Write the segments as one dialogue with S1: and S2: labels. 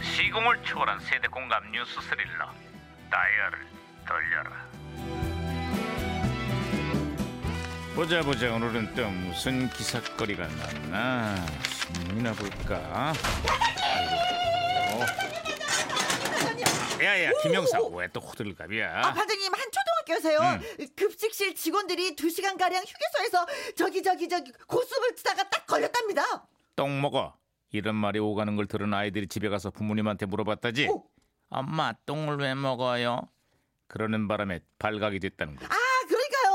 S1: 2020을 초월한 세대 공감 뉴스 스릴러 다이얼을 돌려라 보자 보자 오늘은 또 무슨 기사거리가 났나 신문이나 볼까 아이고. 어. 야야 김영사 왜 또
S2: 아,
S1: 호들갑이야
S2: 반장님 한 초등학교에서요
S1: 음.
S2: 급식실 직원들이 2 시간 가량 휴게소에서 저기 저기 저기 고수를 치다가 딱 걸렸답니다.
S1: 똥 먹어 이런 말이 오가는 걸 들은 아이들이 집에 가서 부모님한테 물어봤다지
S2: 오.
S1: 엄마 똥을 왜 먹어요 그러는 바람에 발각이 됐다는 거야
S2: 아 그러니까요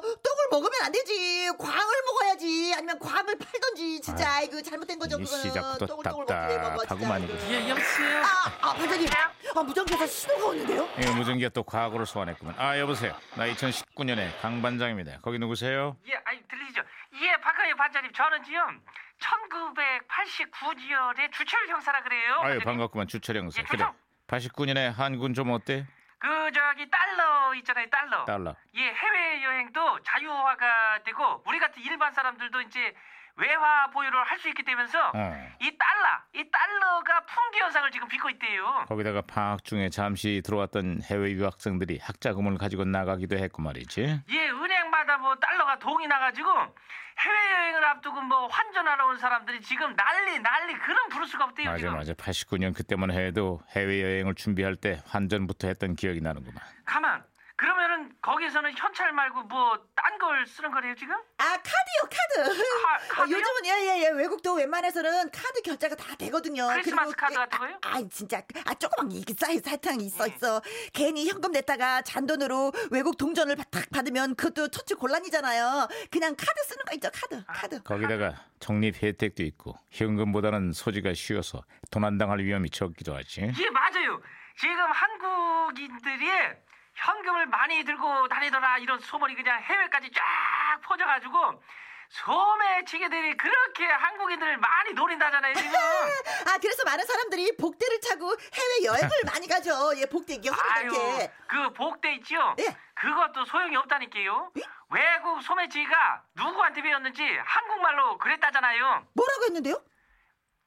S2: 똥을 먹으면 안 되지 광을 먹어야지 아니면 광을 팔던지 진짜 아, 이고 잘못된 거죠
S1: 이
S2: 그거는
S1: 시작부터
S2: 어떻게 먹어,
S1: 답답하고만 이거
S2: 진짜.
S3: 예, 여보세요.
S2: 아, 아 반장님 아 무전기에서 신호가 오는데요?
S1: 예, 무전기가 또 과거를 소환했구만. 아 여보세요. 나 2019년에 강 반장입니다. 거기 누구세요?
S3: 예, 아니 들리죠? 예, 박하희 반장님, 저는 지금 1989년에 주철 형사라 그래요.
S1: 아유
S3: 반장님.
S1: 반갑구만 주철 형사.
S3: 예,
S1: 그래.
S3: 주철.
S1: 89년에 한군 좀 어때?
S3: 그 저기 달러 있잖아요, 달러.
S1: 달러.
S3: 예, 해외 여행도 자유화가 되고 우리 같은 일반 사람들도 이제 외화 보유를 할 수 있게 되면서
S1: 어.
S3: 이 달러, 이 달러가 풍기 현상을 지금 빚고 있대요.
S1: 거기다가 방학 중에 잠시 들어왔던 해외 유학생들이 학자금을 가지고 나가기도 했고 말이지.
S3: 예, 은행마다 뭐 달러가 동이 나가지고 해외 여행을 앞두고 뭐 환전하러 온 사람들이 지금 난리 난리 그런 부르스가 없대요
S1: 맞아
S3: 지금.
S1: 맞아. 89년 그때만 해도 해외 여행을 준비할 때 환전부터 했던 기억이 나는구만.
S3: 가만. 그러면은 거기서는 현찰 말고 뭐 딴 걸 쓰는 거래요 지금?
S2: 아 카드요 카드.
S3: 카-
S2: 아,
S3: 카드요?
S2: 요즘은 예예예 외국도 웬만해서는 카드 결제가 다 되거든요.
S3: 크리스마스
S2: 그리고
S3: 카드
S2: 그-
S3: 같은 거요? 네.
S2: 아, 아 진짜 아 조그만 이게 사이 사탕이 있어 있어. 괜히 현금 냈다가 잔돈으로 외국 동전을 바- 탁 받으면 그것도 처치 곤란이잖아요. 그냥 카드 쓰는 거 있죠 카드
S3: 아.
S2: 카드.
S1: 거기다가 적립 혜택도 있고 현금보다는 소지가 쉬워서 도난당할 위험이 적기도 하지.
S3: 예 맞아요. 지금 한국인들이 현금을 많이 들고 다니더라 이런 소문이 그냥 해외까지 쫙 퍼져가지고 소매치기들이 그렇게 한국인들을 많이 노린다잖아요 지금.
S2: 아 그래서 많은 사람들이 복대를 차고 해외 여행을 많이 가죠. 예 복대기
S3: 아유
S2: 허리게.
S3: 그 복대 있죠?
S2: 예.
S3: 그것도 소용이 없다니까요. 외국 소매치기가 누구한테 배웠는지 한국말로 그랬다잖아요.
S2: 뭐라고 했는데요?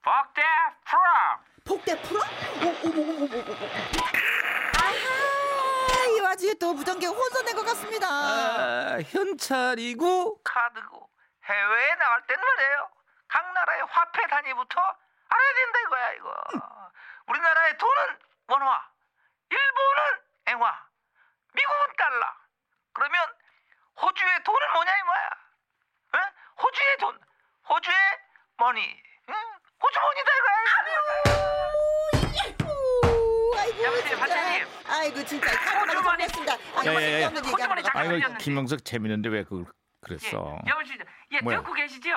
S3: 복대 프로.
S2: 복대 풀어? 오, 어머, 어머, 어머, 어머. 아하, 이 와중에 또 무전기 혼선된 것 같습니다.
S4: 아, 현찰이고
S3: 카드고 해외에 나갈 땐 말이에요. 각 나라의 화폐 단위부터 알아야 된다 이거야 이거. 우리나라의 돈은 원화, 일본은 앵화, 미국은 달러. 그러면 호주의 돈은 뭐냐 이거야. 응? 호주의 돈, 호주의 머니, 응? 호주 머니다 이거야.
S2: 아이고, 아이고,
S3: 여보세요,
S2: 진짜.
S3: 반장님. 어,
S2: 아이고, 진짜. 사고가
S3: 호주머니. 어,
S2: 정리했습니다. 아이고,
S1: 야, 야, 야, 야.
S2: 쓸데없는 얘기 하는
S3: 호주머니
S2: 거.
S3: 잠깐.
S1: 아이고
S3: 걸렸네.
S1: 김영석 재밌는데 왜 그걸 그랬어?
S3: 예, 여보시죠. 예,
S1: 뭐야?
S3: 듣고 계시죠?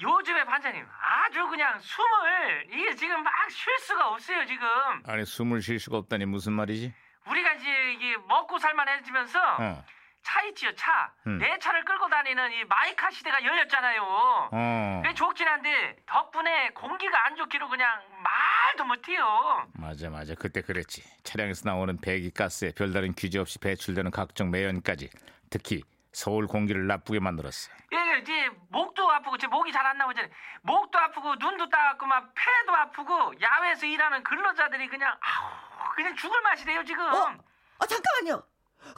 S3: 요즘에 반장님 아주 그냥 숨을 이게 지금 막 쉴 수가 없어요 지금.
S1: 아니 숨을 쉴 수가 없다니 무슨 말이지?
S3: 우리가 이제 이게 먹고 살만해지면서
S1: 어,
S3: 차 있지요 차.
S1: 음.
S3: 내 차를 끌고 다니는 이 마이카 시대가 열렸잖아요.
S1: 어,
S3: 그게 좋긴 한데 덕분에 공기가 안 좋기로 그냥 말도 못해요.
S1: 맞아 맞아 그때 그랬지. 차량에서 나오는 배기가스에 별다른 규제 없이 배출되는 각종 매연까지 특히 서울 공기를 나쁘게 만들었어.
S3: 예, 이제 목도 아프고 제 목이 잘 안 나오잖아요. 목도 아프고 눈도 따갑고 막 폐도 아프고 야외에서 일하는 근로자들이 그냥 아우 그냥 죽을 맛이래요 지금.
S2: 어? 어, 잠깐만요.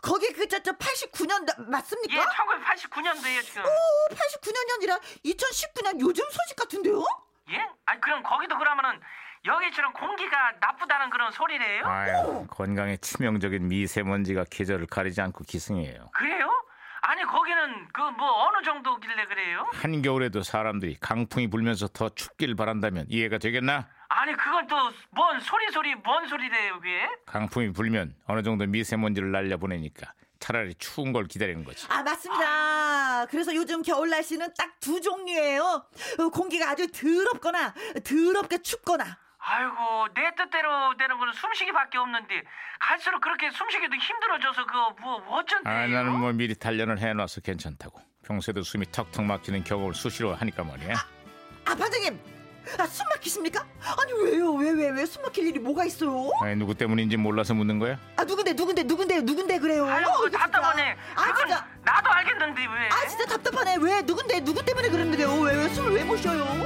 S2: 거기 그, 저, 저, 89년 나-
S3: 예,
S2: 맞습니까?
S3: 1989년도예요
S2: 어?
S3: 지금.
S2: 오, 89년이 아니라 2019년 요즘 소식 같은데요?
S3: 예? 아니 그럼 거기도 그러면은 여기처럼 공기가 나쁘다는 그런 소리래요?
S1: 아유 건강에 치명적인 미세먼지가 계절을 가리지 않고 기승해요.
S3: 그래요? 아니 거기는 그 뭐 어느 정도길래 그래요?
S1: 한겨울에도 사람들이 강풍이 불면서 더 춥길 바란다면 이해가 되겠나?
S3: 아니 그건 또 뭔 소리 소리 뭔 소리래요 그게?
S1: 강풍이 불면 어느 정도 미세먼지를 날려보내니까 차라리 추운 걸 기다리는 거지.
S2: 아, 맞습니다. 그래서 요즘 겨울 날씨는 딱 두 종류예요. 어, 공기가 아주 더럽거나, 더럽게 춥거나.
S3: 아이고 내 뜻대로 되는 거는 숨쉬기밖에 없는데 갈수록 그렇게 숨쉬기도 힘들어져서 그거 뭐 어쩐대요?
S1: 아, 나는 뭐 미리 단련을 해놔서 괜찮다고. 평소에도 숨이 턱턱 막히는 경험을 수시로 하니까 말이야.
S2: 아 반장님 아, 숨 막히십니까? 아니 왜요 왜 왜 왜 숨 막힐 일이 뭐가 있어요?
S1: 아니, 누구 때문인지 몰라서 묻는 거야?
S2: 아 누군데 누군데 누군데 누군데 그래요?
S3: 아이고
S2: 어,
S3: 그
S2: 이거 진짜.
S3: 답답하네
S2: 아
S3: 그건
S2: 진짜
S3: 나도 알겠는데 왜?
S2: 아 진짜 답답하네 왜 누군데 누구 때문에 그러는데요 왜 왜 숨을 왜 못 쉬어요?